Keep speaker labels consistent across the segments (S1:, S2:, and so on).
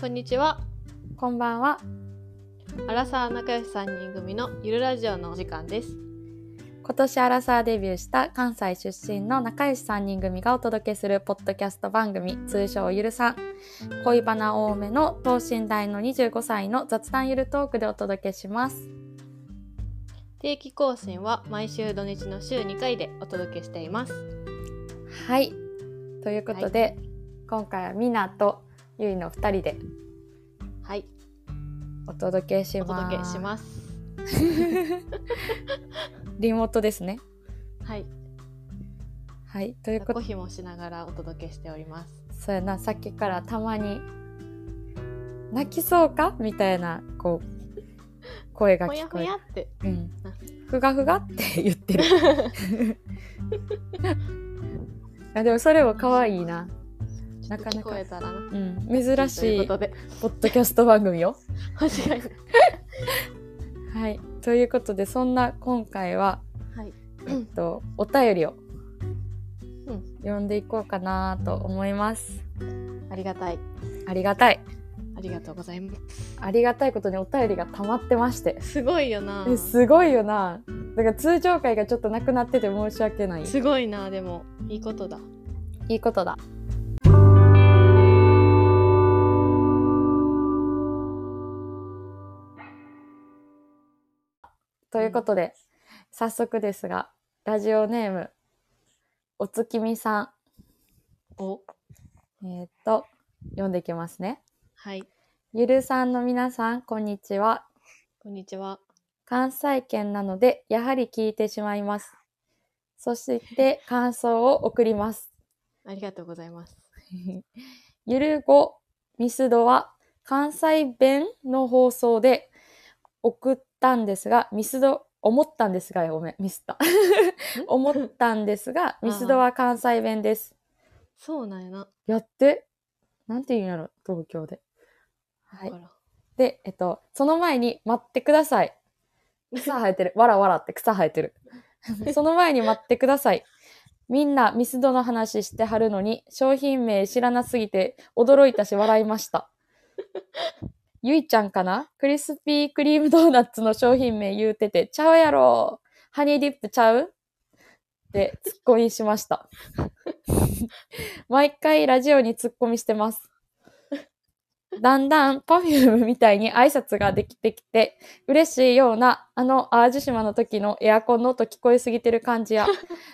S1: こんにちは。
S2: こんばんは。
S1: アラサー仲良し3人組のゆるラジオのお時間です。
S2: 今年アラサーデビューした関西出身の仲良し3人組がお届けするポッドキャスト番組、通称ゆるさん。恋バナ多めの等身大の25歳の雑談ゆるトークでお届けします。
S1: 定期更新は毎週土日の週2回でお届けしています。
S2: はい。ということで、今回はミナとゆいの2人で
S1: はい、
S2: お届けし
S1: お
S2: ます。
S1: 届けします。
S2: リモートですね。
S1: はい、
S2: はい。という
S1: 抱っこ
S2: こ
S1: とひもしながらお届けしております。
S2: そうやな、さっきからたまに、泣きそうかみたいな、こう、声が
S1: ほ
S2: 聞
S1: やほ
S2: こえて
S1: やって。
S2: うん
S1: あ、
S2: ふがふがって言って るあでもそれも可愛いな、
S1: ちょ
S2: な
S1: っと
S2: かな
S1: 聞
S2: か
S1: こえたらな。
S2: うん、珍
S1: と
S2: し
S1: いう
S2: い
S1: ことで、
S2: ポッドキャスト番組よ。
S1: 間違いない。
S2: はい、ということでそんな今回は、
S1: はい
S2: えっと、お便りを
S1: うん
S2: 読んでいこうかなと思います。
S1: ありがたい。
S2: ありがたい
S1: ありがとうございます。
S2: ありがたいことにお便りが溜まってまして
S1: すごいよな。
S2: えすごいよなだから通常回がちょっとなくなってて申し訳ない
S1: すごいな、でも、いいことだ。
S2: いいことだ。ということで、早速ですが、ラジオネーム、お月見さ
S1: お、
S2: ん。えっ、と、読んでいきますね。
S1: はい、
S2: ゆるさんの皆さん、こんにちは。
S1: こんにちは。
S2: 関西圏なので、やはり聞いてしまいます。そして、感想を送ります。
S1: ありがとうございます。
S2: ゆるごミスドは関西弁の放送で送ったんですが、ミスド、思ったんですが、ごめん、ミスった。思ったんですが、ミスドは関西弁です。
S1: そうなんやな。
S2: やって、なんて言うんやろ、東京で。は
S1: だ
S2: い
S1: か。ら。
S2: で、えっと、その前に待ってください。草生えてる。わらわらって草生えてる。その前に待ってください。みんなミスドの話してはるのに、商品名知らなすぎて驚いたし笑いました。ゆいちゃんかなクリスピークリームドーナツの商品名言うてて、ちゃうやろハニーディップちゃうってツッコミしました。毎回ラジオにツッコミしてます。だんだんパフュームみたいに挨拶ができてきて、嬉しいような、あの淡路島の時のエアコンの音聞こえすぎてる感 じや、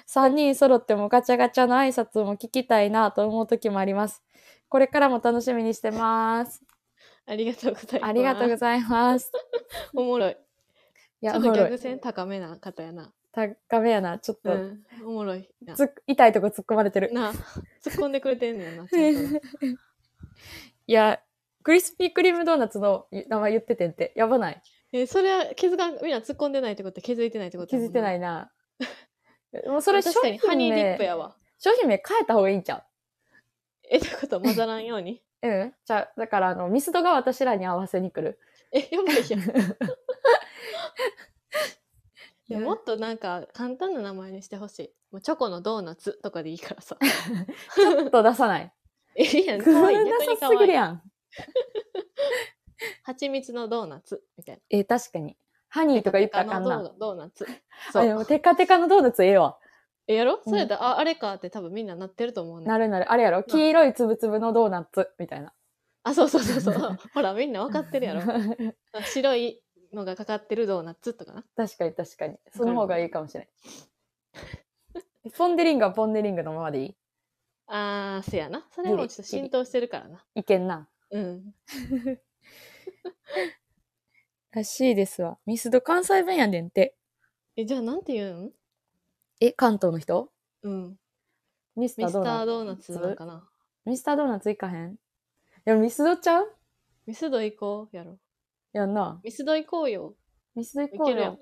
S2: 3人揃ってもガチャガチャの挨拶も聞きたいなと思う時もあります。これからも楽しみにしてます。
S1: ありがとうございます。
S2: ありがとうございます。
S1: おもろい。
S2: い
S1: ちょ
S2: や、お
S1: っと
S2: もろ
S1: 逆
S2: い。
S1: 線高めな方やな。
S2: 高めやな。ちょっ
S1: う
S2: と、
S1: ん。おもろいな。
S2: つ痛いとこ突っ込まれてる。
S1: なあ、突っ込んでくれてんねやな。ちゃんと な
S2: いや、クリスピークリームドーナツの名前言っててんって、やばない。
S1: え、それは気づかん、みんな突っ込んでないってこと気づいてないってこと。
S2: 気づいてないいな。もうそ
S1: そ
S2: れ
S1: れ
S2: 商
S1: 確かにハ
S2: 品
S1: ニーディ
S2: 名
S1: ップ、やわ。
S2: 商品名変えた方がいいんちゃう
S1: え、ってこと混ざらんように。
S2: うん。じゃあ、だから、あの、ミスドが私らに合わせに来る。
S1: え、やばい やん。いや
S2: ね
S1: もっとなんか簡単な名前にしてほしい。もうチョコのドーナツとかでいいから さ。
S2: ちょっと出さ ない。
S1: え、いいやん。
S2: く
S1: かわ
S2: わ
S1: いい。
S2: な
S1: 逆に
S2: さ
S1: か
S2: す
S1: わ
S2: ぎ
S1: いい。
S2: るやん。
S1: 蜂蜜のドーナツみたいな。
S2: えー、確かに。ハニーとか言ったらあかん
S1: の
S2: な。
S1: ドードーナツ。
S2: あ、
S1: そ
S2: で
S1: う。
S2: も、テカテカのドーナツええわ。
S1: え、やろそ
S2: うん
S1: れだ、あ、あれかって多分みんななってると思うね。
S2: なるなる。あれやろ黄色いつぶつぶのドーナツ、みたいな。。
S1: あ、そうそうそうそう。ほら、みんな分かってるやろ
S2: 確
S1: 白いのがかかってるドーナツとかな。
S2: かに確かに。その方がいいかもしれん。ポンデリングはポンデリングのままでいい
S1: あー、せやな。それもちょっと浸透してるからな。
S2: いけんな。
S1: うん。
S2: らしいですわ。ミスド関西弁やねんって。
S1: え、じゃあなんて言うん
S2: え、関東の人
S1: うん。
S2: ミスタ
S1: ミ
S2: ー
S1: ス
S2: ドーナ
S1: ター
S2: ツ。
S1: ドーナツなんかな。
S2: ミスタードーナツ行かへんでもミスドちゃう
S1: ミスド行こうやろ。
S2: やんな。
S1: ミスド行こうよ。
S2: ミスド行
S1: 行
S2: こう
S1: けるや
S2: よ
S1: ん。。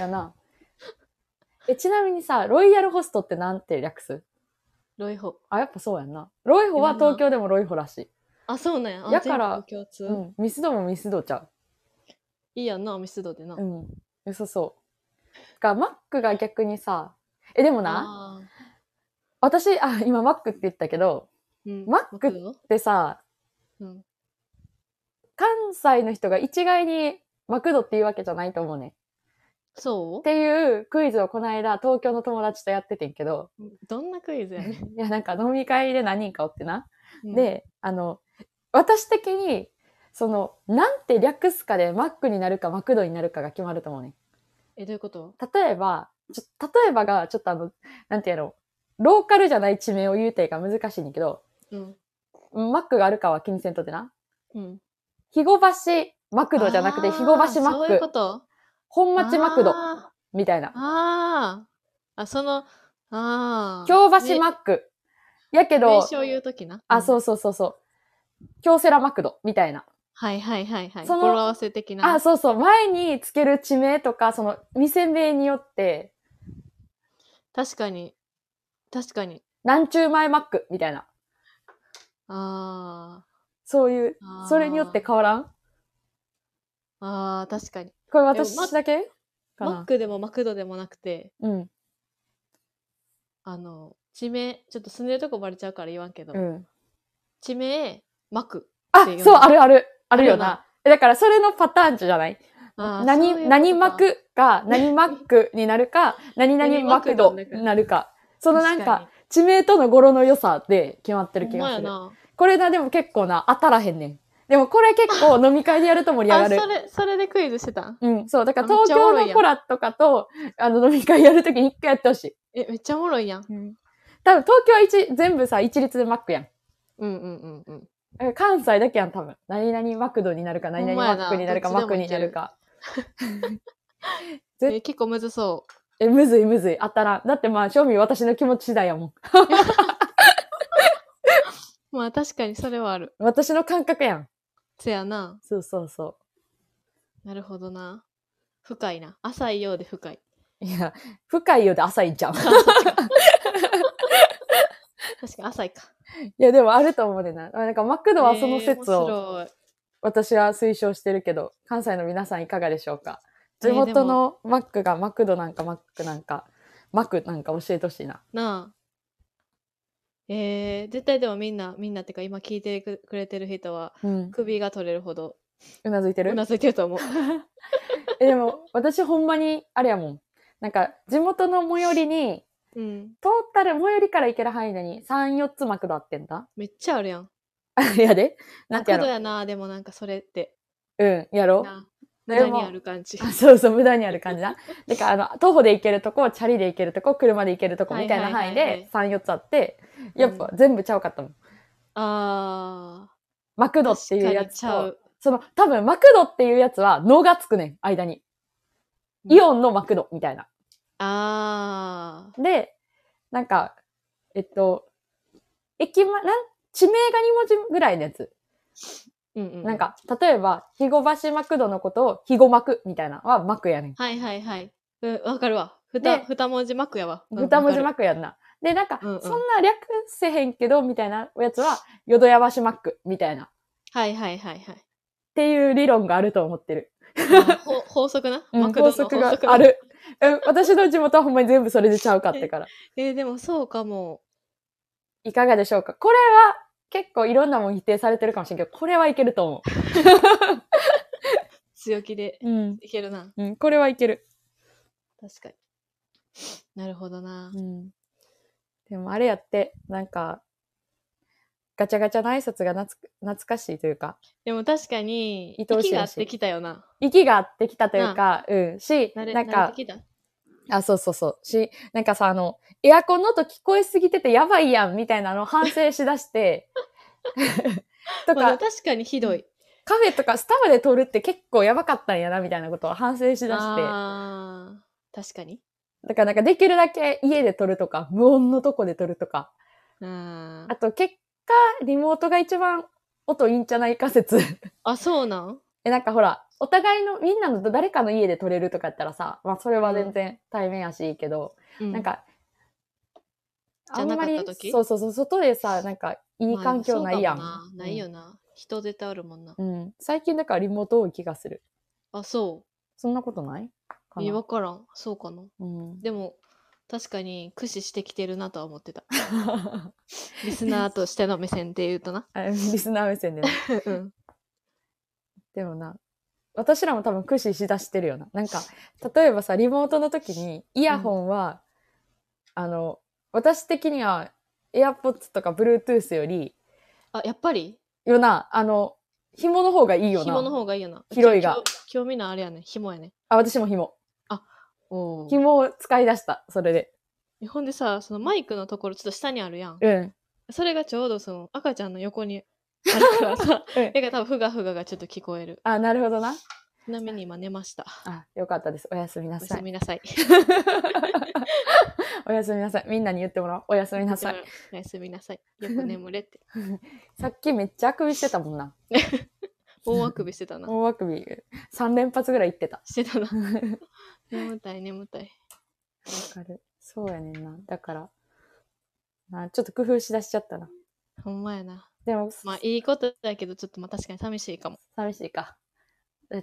S2: やな。 え、ちなみにさ、ロイヤルホストってなんて略す
S1: ロイホ。
S2: あ、やっぱそうやんな。ロイホは
S1: 今な
S2: 東京でもロイホらしい。
S1: あ、そうなんや。あ
S2: やから
S1: 全国共通、
S2: うん。ミスドもミスドちゃ
S1: いいやんな、ミスドでな。
S2: う。うん。嘘そう。が、マックが逆にさ、え、でも
S1: あ
S2: な、
S1: ー
S2: 私、あ、今マックって言ったけど、
S1: うん、
S2: マック
S1: の
S2: でさ、
S1: うん。
S2: 関西の人が一概にマクドっていうわけじゃないと思うね。
S1: そ
S2: っていうクイズをこの間東京の友達とやっててんけど、
S1: うどんなクイズやね
S2: いやなんか飲み会で何人かおってな。
S1: ん。
S2: で、あの、私的に、その、なんて略すかでマックになるかマクドになるかが決まると思うね。
S1: え、どういうこと
S2: 例えば、ちょ例えばが、ちょっとあの、なんていうの、ローカルじゃない地名を言うてが難しいねんだけど、
S1: うん。
S2: マックがあるかは気にせんとってな。
S1: うん。
S2: 肥後橋マクドじゃなくて、
S1: あー
S2: 肥後橋マ
S1: そうい
S2: ッ
S1: うこ
S2: ク、
S1: と
S2: 本町マクド、
S1: あ
S2: みたいな
S1: ー。あー。あ、その、ああ。
S2: 京橋マック。やけ
S1: 名
S2: ど、
S1: 称言うときな。
S2: あ、
S1: う
S2: そ
S1: ん。
S2: うそうそうそう。京セラマクド、みたいな。
S1: はいはいはいはい。
S2: そ
S1: 語
S2: の
S1: 呂合わせ的な。
S2: あ、そうそう。前につける地名とか、その、店名によって、
S1: 確かに。確かに。
S2: なんちゅう前マックみたいな。
S1: あ
S2: そういう、
S1: あ。
S2: それによって。変わらん
S1: ああ、確かに。
S2: これ
S1: でもマ
S2: 私だけか
S1: マッ
S2: な
S1: クでもマクドでもなくて、
S2: うん。
S1: あの、地名、ちょっと住んでるとこバレちゃうから言わんけど、
S2: うん。
S1: 地名、マク。
S2: あ
S1: で、
S2: そう、あるある。あ
S1: ある
S2: るよ
S1: よな
S2: な。えだから、それのパターンじゃない
S1: あーそういうこと
S2: 何、
S1: か
S2: 何マクが、何マックにな るか、何々マクドになるか。そのなん
S1: 確
S2: か、地名との語呂の良さで決まって
S1: に
S2: る気
S1: ほんま
S2: が
S1: や
S2: する。
S1: な
S2: これな、でも結構な、当たらへんねん。でもこれ結構飲み会でやると盛り上が
S1: あ、
S2: る
S1: そ。れ、それでクイズしてたん
S2: うん、そう。だから
S1: めっ
S2: 東
S1: ちゃおも
S2: 京
S1: ろいやん
S2: のコラとかと、あの、飲み会やるときに一回やってほしい。
S1: え、めっちゃおもろいやん。
S2: 多分東京は一、全部さ、一律でマックやん。
S1: うんうんうんうん。
S2: え関西だけやん、多分。何々マクドになるか、何々
S1: ほんまやな
S2: マックになるか、
S1: どっち
S2: マ
S1: で
S2: ッ
S1: も
S2: ク
S1: い
S2: に
S1: け
S2: な
S1: る
S2: るか。
S1: え
S2: え
S1: 結構むずそ
S2: え、むずいむずい。当たらん。だってまあ、正味私の気持ち次第やもん。
S1: う。まあ確かにそれはある。
S2: 私の感覚やん。
S1: せやな。
S2: そうそうそ
S1: なるほどな。深いな。浅いようで深い。
S2: う。いや、深いようで浅いじゃん。い
S1: 確かに浅いか。
S2: や、でもあると思うでな。なんかマクドはその説
S1: えー
S2: を
S1: 面白い
S2: 私は推奨してるけど、関西の皆さんいかがでしょうか
S1: えー
S2: 地元のマックがマクドなんかマックなんか、マックなんか教えてほしいな。
S1: なあ。えー、絶対でもみんな、みんなってか今聞いてくくれてる人は
S2: うん。
S1: 首が取れるほど
S2: うなずいてる
S1: うなずいてると思う。
S2: え、でも、私ほんまに、あれやもん。なんか、地元の最寄りに、
S1: うん。
S2: トータル最寄りから行ける範囲でに3、4つマクドあってんだ。
S1: めっちゃあるやん。
S2: いやでな
S1: マ
S2: んて
S1: ク
S2: や
S1: ド
S2: ろ。
S1: やな、でもなんかそれって。
S2: うん、やろ。
S1: な無
S2: でも
S1: 駄にある 感じ。
S2: あそうそう、無駄にある感じな。だから、あの、徒歩で行けるとこ、チャリで行けるとこ、車で行けるとこみたいな範囲
S1: はいはいはい
S2: で3、4つあって、やっぱ全部ちゃうかったもん。
S1: あー。
S2: マクドっ
S1: 確か
S2: て
S1: に
S2: いうやつ
S1: ちゃ
S2: と、
S1: う。
S2: その、多分マクドっていうやつは、脳がつくねん、間に。イオンのマクドみたいな。
S1: あー。
S2: で、なんか、えっと、駅ま、なん、地名が2文字ぐらいのやつ。
S1: うんうん、
S2: なん。か、例えば、肥後橋マクドのことを、肥後マクみたいなのはマクやねん。
S1: はいはいはい。うん、わかるわ。ふた、
S2: で
S1: 二文字幕やわ。
S2: 二文字
S1: 幕
S2: マクやんな。で、なんか、
S1: うんうん
S2: そんな略せへんけど、みたいなやつは、淀屋橋マックみたいな。っ
S1: はいはいはいはい。
S2: ていう理論があると思ってる。
S1: あ ほ法則な、
S2: うん
S1: マクド
S2: 法
S1: の
S2: 則が
S1: 法則な
S2: あ。る。うん私の地元はほんまに全部それでちゃうかってから。
S1: えーでもそうかも。
S2: いかがでしょうかこれは、結構いろんなもん否定されてるかもしれんけど、これはいけると思
S1: 強気で
S2: う。うん。
S1: いけるな。
S2: うん、これはいける。
S1: 確かに。なるほどな
S2: う。ん。でもあれやって、なんか、ガチャガチャの挨拶がなつ懐かしいというか、
S1: でも確かに、
S2: 愛おしい
S1: 息が合ってきたよな。
S2: 息が合ってきたというか、うん、し、
S1: 慣れ
S2: なん
S1: 慣れ
S2: か
S1: て、きた。
S2: あ、そうそうそう、し、なんかさ、あの、エアコンの音聞こえすぎててやばいやん、みたいなのを反省し だして、と
S1: まあ
S2: か、
S1: 確かにひどい。
S2: カフェとかスタバで撮るって結構やばかったんやな、みたいなことを反省しだして、
S1: あー確かに。
S2: だからなんかできるだけ家で撮るとか、無音のとこで撮るとか、
S1: あ
S2: あ
S1: ー
S2: と結果、リモートが一番音いいんじゃないか説。
S1: あ、そうなん
S2: え、なんかほら、お互いの、みんなの誰かの家で撮れるとかやったらさ、まあそれは全然対面やしいいけど、
S1: うん
S2: なんか、
S1: じゃ
S2: ん
S1: なか
S2: ま
S1: っ
S2: り
S1: た時
S2: そうそうそう、外でさ、なんか、いい環境ないやん。
S1: まあそうかもなないよな。人絶対あるもんな。
S2: うん。うん最近だからリモート多い気がする。
S1: あ、そ
S2: そんなことないか
S1: う。え、
S2: な
S1: わ。からん。そうかな。
S2: うん。
S1: でも、確かに駆使してきてるなとは思ってた。 リスナーとしての目線で言うとな。
S2: あリスナー目線でね。
S1: うん
S2: でもな、私らも多分駆使しだしてるよな。なんか、例えばさ、リモートの時に、イヤホンは、あの、私的には、AirPods とか Bluetooth より、
S1: あ、やっぱり
S2: よな、あの、紐の方がいいよな。
S1: 紐の方がいいよな。
S2: 広いが
S1: うち。興興味のあれやね。紐やね。
S2: あ、私も紐。
S1: おー
S2: 紐を使い出した、それで。
S1: 日本でさ、そのマイクのところちょっと下にあるやん。
S2: うん。。
S1: それがちょうどその赤ちゃんの横にあるからさ
S2: う
S1: だ
S2: ん
S1: から多分ふがふががちょっと聞こえる。
S2: あ、なるほどな。
S1: ちなみに今寝ました。
S2: あ、よかったです。おやすみな
S1: おや
S2: さ
S1: す
S2: い。
S1: みなさい。
S2: おやすみなさい。みんなに言ってもらおう。おやすみ なさい。。
S1: おやすみなさい。よく眠れ って。
S2: さっきめっちゃあくびしてたもんな。
S1: 大あくびして たな。
S2: 大あくび。3連発ぐらい言ってた。
S1: してた な。
S2: わ
S1: 眠たい眠たい。
S2: かる。そうやねんな。だから、なちょっと工夫しだしちゃったな。
S1: ほんまやな。
S2: でも、
S1: まあいいことだけど、ちょっとまあ確かに寂しいかも。
S2: 寂しいか。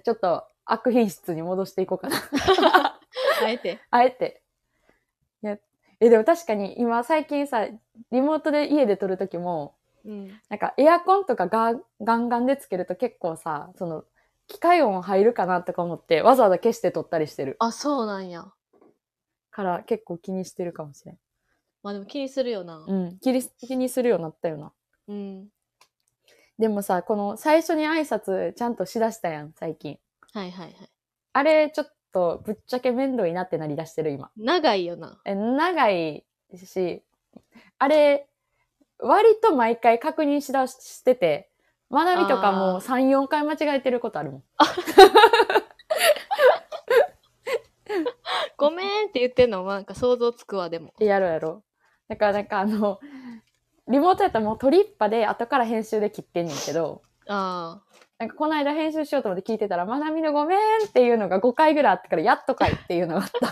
S2: ちょっと悪品質に戻していこうかな。
S1: あえて。
S2: あえて。いや、え、でも確かに今最近さ、リモートで家で撮るときも、
S1: うん。
S2: なんかエアコンとかガーガンガンでつけると結構さ、その、機械音入るかなとか思って、わざわざ消して撮ったりしてる。
S1: あ、そうなんや。
S2: から結構気にしてるかもしれん。
S1: まあでも気にするよな。
S2: うん。気に気にするようになったよな。
S1: うん。
S2: でもさ、この最初に挨拶ちゃんとしだしたやん、最近。
S1: はいはいはい。
S2: あれ、ちょっとぶっちゃけ面倒いなってなりだしてる、今。
S1: 長いよな。
S2: え長いし、あれ、割と毎回確認しだししてて、まなみとかも
S1: あー
S2: 3、4回間違えてることあるもん。
S1: ごめんって言ってんのはなんか想像つくわでも。
S2: やろうやろう。だからなんかあの、リモートやったらもう取りっぱで後から編集で切ってんねんけど、
S1: あ
S2: なんかこの間編集しようと思って聞いてたら、まなみのごめんっていうのが5回ぐらいあってから、やっとかいっていうのがあった。
S1: あ。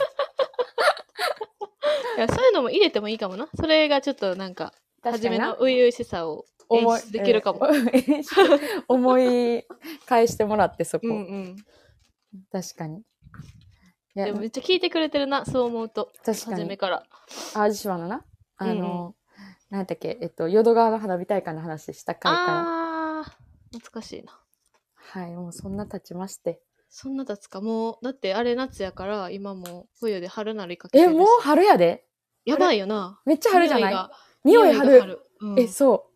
S1: いやそういうのも入れてもいいかもな。それがちょっとなんか、
S2: 確か
S1: 初
S2: に
S1: め
S2: な
S1: の初々しさを。
S2: 思い
S1: 演出できるかも。
S2: うん 演出思い返してもらって、そこ。
S1: うんうん。
S2: 確かに。いや
S1: でもめっちゃ聞いてくれてるな、そう思うと。
S2: 確か
S1: 初
S2: に
S1: め。から。
S2: 淡路島のな、あの、
S1: うん
S2: なんだっけ、えっと、淀川の花火大会の話した回から。
S1: ああー、懐かしいな。
S2: はい、もうそんな経ちまして。
S1: そんな経つか。もう、だってあれ夏やから、今もう冬で春なりかけて
S2: え、
S1: るし
S2: もう春やで
S1: やばいよな。
S2: めっちゃ春じゃない匂
S1: 匂
S2: い
S1: いが
S2: 春
S1: 匂いが春。うん
S2: え、そ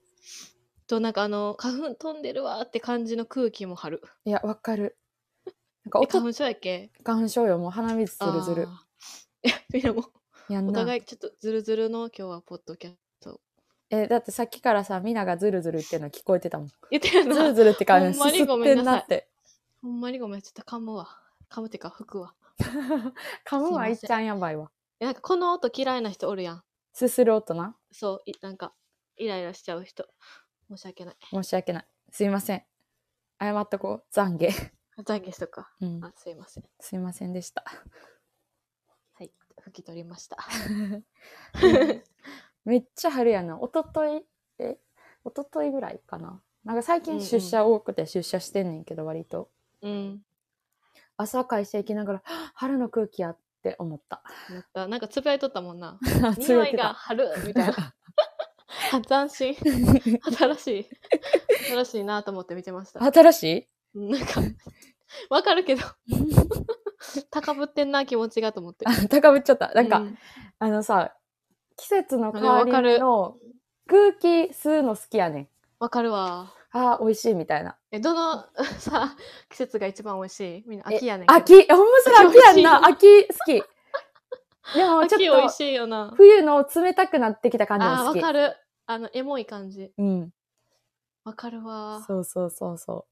S1: と、なんかあの、花粉飛んでるわーって感じの空気も春。
S2: う。いや、わかる。なんか
S1: え花
S2: 音、
S1: 粉症やっけ
S2: 花粉症よ、もう鼻水ずるずる。。
S1: あーいや、みんなも
S2: や
S1: う、
S2: ん
S1: お
S2: な
S1: 互。いちょっとズルズルの今日はポッドキャスト。
S2: え、だってさっきからさ、みながずるずる言ってるの聞こえてたもん。ず
S1: 言ってる
S2: る
S1: な。
S2: ずるって感じ、
S1: ほんますに
S2: すっ
S1: ごめ
S2: て
S1: んな
S2: ん
S1: さい
S2: なって。
S1: ほんまにごめん、ちょっと噛むわ。噛むってか、吹くわ。
S2: 噛むわ、
S1: すい
S2: いっ
S1: ません
S2: ちゃんやばいわ。
S1: えなんかこの音嫌いな人おるやん。
S2: すする音な。
S1: そう、いなんか、イライラしちゃう人。申し訳ない。
S2: 申し訳ない。すいません。謝っとこう。懺 悔。
S1: 懺悔しとくか。
S2: うん。
S1: あ、すいません。
S2: すいませんでした。
S1: はい、吹き取りました。
S2: めっちゃ春やな。おととい、え、おとといぐらいかな。なんか最
S1: うん
S2: 近
S1: うん
S2: 出社多くて出社してんねんけど、割と。
S1: うん。
S2: 朝会社行きながら、はっ春の空気やって思った。
S1: なった。なんかつぶやいとったもん な。
S2: つぶ
S1: 匂
S2: やい
S1: い
S2: て
S1: が
S2: た。
S1: 春み たいな。あ斬新。新しい。新しいなと思って見てました。
S2: 新しい
S1: なん か、わかるけど、 高ぶってんな気持ちがと思って。
S2: あ、高ぶっちゃった。なんか、
S1: うん
S2: あのさ、季節の変
S1: あ
S2: わ
S1: わか
S2: り
S1: る
S2: の空気吸うの好きやねん。
S1: わかるわ。
S2: あー、美味しいみたいな。
S1: え、どの さ、季節が一番美味しいみんな
S2: え
S1: 秋やねんけど。
S2: 秋、えほんまそれ 秋やんな。秋好き。でも
S1: 秋
S2: ち
S1: 美
S2: ょっ
S1: 味
S2: と
S1: しいよな。
S2: 冬の冷たくなってきた感じ
S1: あ
S2: も
S1: ー、わ
S2: 好き
S1: か。る。あの、エモい感じ。
S2: うん。
S1: わかるわ。
S2: そうそうそうそ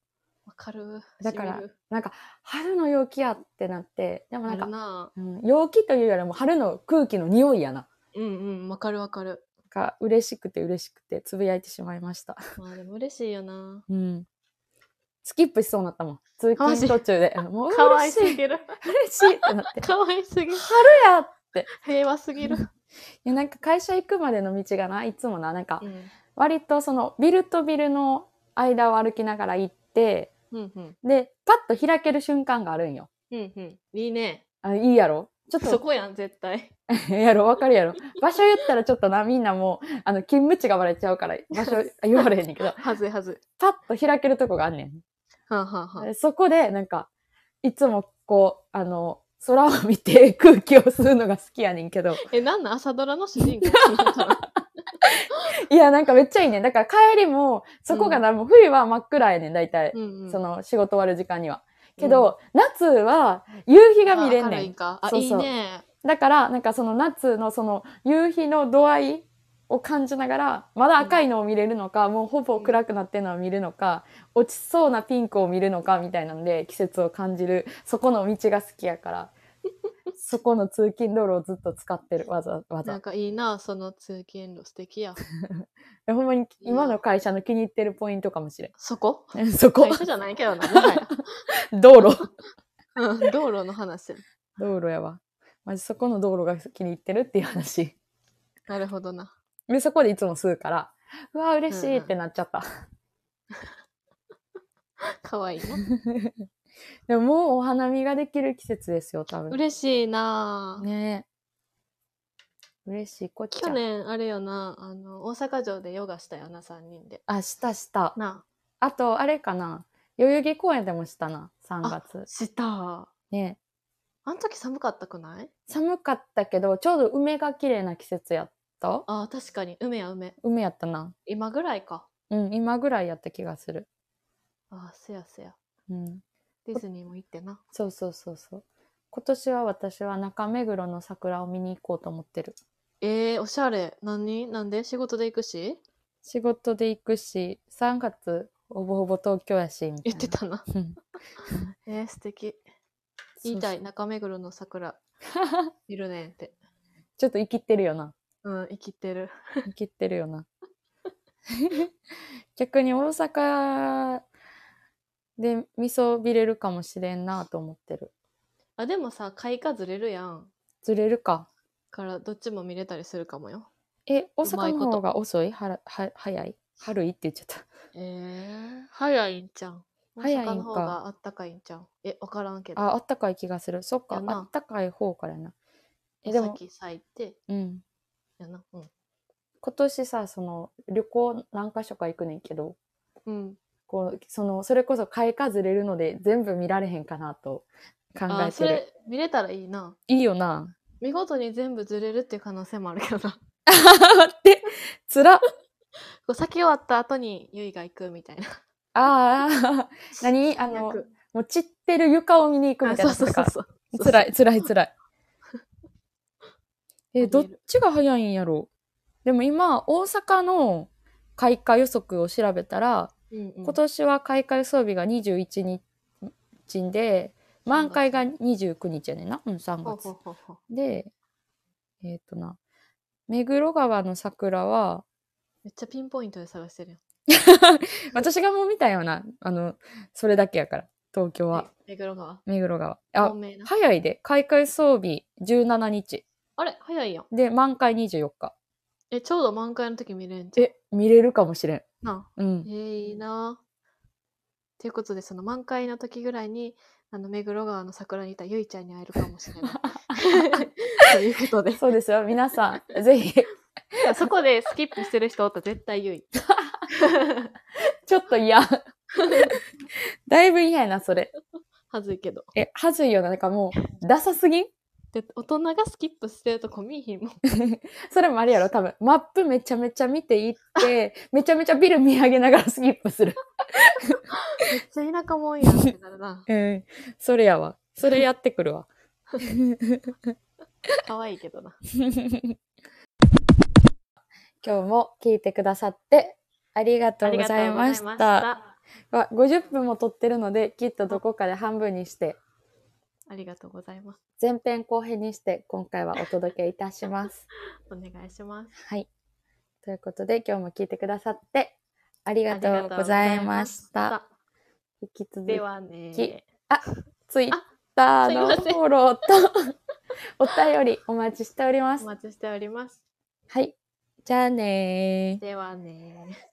S2: う。
S1: わかる。
S2: だから
S1: 染みる
S2: なんか春の陽気やってなってでもな
S1: あ
S2: んか
S1: る、な。
S2: うん、陽気というよりも春の空気の匂いやな
S1: うんうん、わかるわかる。
S2: が嬉しくて嬉しくてつぶやいてしまいました、
S1: まあでも嬉しいよな。
S2: うん、スキップしそうになったもん通
S1: マジ
S2: 勤途中でうんもう
S1: かわい
S2: 嬉し
S1: す
S2: い嬉
S1: ぎる。
S2: しいってなって
S1: かわいすぎる。
S2: 春やい
S1: 平和すぎる。
S2: やなんか会社行くまでの道がないつもななんか
S1: うん。
S2: 割とそのビルとビルの間を歩きながら行って
S1: うんうん。
S2: でパッと開ける瞬間があるんよ
S1: うんうん。いいね。
S2: あいいやろちょっと
S1: そ こやん、絶対。
S2: やろ、わかるやろ。場所言ったらちょっとな、みんなもう、あの、 勤務地がバレちゃうから、場所言われへんねんけど、
S1: はずいはずい。
S2: パッと開けるとこがあんねん。
S1: はんはんはん。
S2: でそこで、なんか、いつもこう、あの、空を見て空気を吸うのが好きやねんけど。
S1: え、なんなん朝ドラの主人公
S2: いや、なんかめっちゃいいねん。だから帰りも、そこがな、もう冬は真っ暗やねん、大体。
S1: うんうん。
S2: その、仕事終わる時間には。けど、夏は夕日が見れん
S1: あ明る
S2: ね
S1: い
S2: ん。
S1: かあ、
S2: そうそ
S1: い
S2: う
S1: いね。
S2: だから、なんかその夏のその夕日の度合いを感じながら、まだ赤いのを見れるのか、もうほぼ暗くなってるのを見るのか、落ちそうなピンクを見るのかみたいなんで季節を感じる、そこの道が好きやから、そこの通勤道路をずっと使ってる、わざわ
S1: な
S2: ざ
S1: ん。かいいな、その通勤路素敵や。
S2: でほんまに今の会社の気に入ってるポイントかもしれ
S1: そこ
S2: ん。そこ
S1: 会、社じゃないけどな、もはや。
S2: 道路。
S1: うん道路の話。
S2: 道路やわ。マジそこの道路が気に入ってるっていう話。
S1: なるほどな。
S2: で、そこでいつも吸うから、うわ、嬉しいってなっちゃった。
S1: かわいいな。
S2: でももうお花見ができる季節ですよ、多分。
S1: 嬉しいな。
S2: ねえ。嬉しい、こっち
S1: 去
S2: ゃん。
S1: 年、あれよな、あの、大阪城でヨガしたよな、3人で。
S2: あ、したした。
S1: な
S2: あと、あれかな。代々木公園でもしたな、3
S1: あ、
S2: 月。
S1: した。あ
S2: ねえ
S1: の時寒かったくない
S2: 寒かったけど、ちょうど梅が綺麗な季節やった
S1: あ、確かに。梅や梅。
S2: 梅やったな。
S1: 今ぐらいか。
S2: うん、今ぐらいやった気がする。
S1: あ、せやせや。
S2: うん。
S1: ディズニーも行ってな。
S2: そうそうそうそう。今年は私は中目黒の桜を見に行こうと思ってる。
S1: えー、おしゃれ。何なんで仕事で行くし
S2: 仕事で行くし、3月ほぼほぼ東京やし、みたい
S1: 言
S2: な。
S1: ってた な。
S2: うん。
S1: えー、素敵。言いたい。中目黒の桜。
S2: そうそう
S1: いるねんって。
S2: ちょっと生きってるよな。
S1: うん、生きてる。
S2: 生きってるよな。 逆に大阪で味噌びれるかもしれんなと思ってる。
S1: あ、でもさ、開花ずれるやん。
S2: ずれるか。
S1: から、どっちも見れたりするかもよ。
S2: え、大
S1: うまいこ
S2: 阪の
S1: と
S2: 方が遅いはらは早い春いって言っちゃった。
S1: えー、早いんちゃん。
S2: 早いんか
S1: 大阪の方があったかいんちゃん。え、わからんけど。
S2: あ、あったかい気がする。そっか
S1: や、な
S2: あったかい方からやな。え、
S1: お
S2: でも、
S1: 先咲いて、
S2: うん。
S1: やな。うん。
S2: 今年さその旅行何か所か行くねんけど
S1: うん。
S2: こうそのそれこそ開花ずれるので全部見られへんかなと考
S1: あ、
S2: え
S1: そ
S2: てる
S1: れ、見れたらいいな。
S2: いいよな
S1: 見事に全部ずれるっていう可能性もあるけどな。
S2: 待ってつら
S1: こう先終わった後にゆいが行くみたいな。
S2: あーあー何あの
S1: 役
S2: もう散ってる床を見に行くみたいな
S1: あそう
S2: と
S1: そう
S2: か
S1: そうそう。
S2: つら
S1: い。
S2: いつらいつらい
S1: ありえ
S2: え
S1: る
S2: どっちが早いんやろでも今大阪の開花予測を調べたら
S1: うんうん
S2: 今年は開会装備が21日で満開が29日やねんな、うん、3
S1: ほう
S2: 月
S1: ほうほうほう
S2: でえっ、とな目黒川の桜は
S1: めっちゃピンポイントで探してるよ。
S2: 私がもう見たようなあのそれだけやから東京は
S1: 目黒川。
S2: 目黒川
S1: 透
S2: あ
S1: 明な。
S2: 早いで開会装備17日
S1: あれ早いやん。
S2: で満開24日
S1: え、ちょうど満開の時見れんじゃん。
S2: え見れるかもしれん
S1: なあ。
S2: う
S1: え
S2: ん
S1: ー、いいなあ。ということで、その満開の時ぐらいに、あの、目黒川の桜にいたゆいちゃんに会えるかもしれない。 ということで。
S2: そうですよ皆さん ぜひ
S1: そこでスキップしてる人おったら絶対ゆい。
S2: ちょっと 嫌だいぶ嫌やなそれ
S1: はずいけど。
S2: えはずいよななんかもうダサすぎん
S1: で、大人がスキップしてるとこ見いひ んもん。
S2: それもあれやろ、多分。マップめちゃめちゃ見ていって、めちゃめちゃビル見上げながらスキップする。
S1: めっちゃ田舎もんやんってなるな。
S2: うん。それやわ。それやってくるわ。
S1: 可愛いけどな。
S2: 今日も聞いてくださって、ありがとうございまし
S1: ありがとうござい
S2: た。
S1: ました。
S2: わ50分も撮ってるので、きっとどこかで半分にして、
S1: ありがとうございます。
S2: 前編後編にして、今回はお届けいた します。
S1: お願いします。
S2: はい。ということで、今日も聞いてくださって、ありがとうございました。。引き続き
S1: で。はね。
S2: きツイッターの
S1: あ
S2: フ
S1: すいません
S2: ォローと お便りお待ちしておりま
S1: お
S2: す。
S1: 待ちしております。
S2: はい。じゃあねー。
S1: ではね。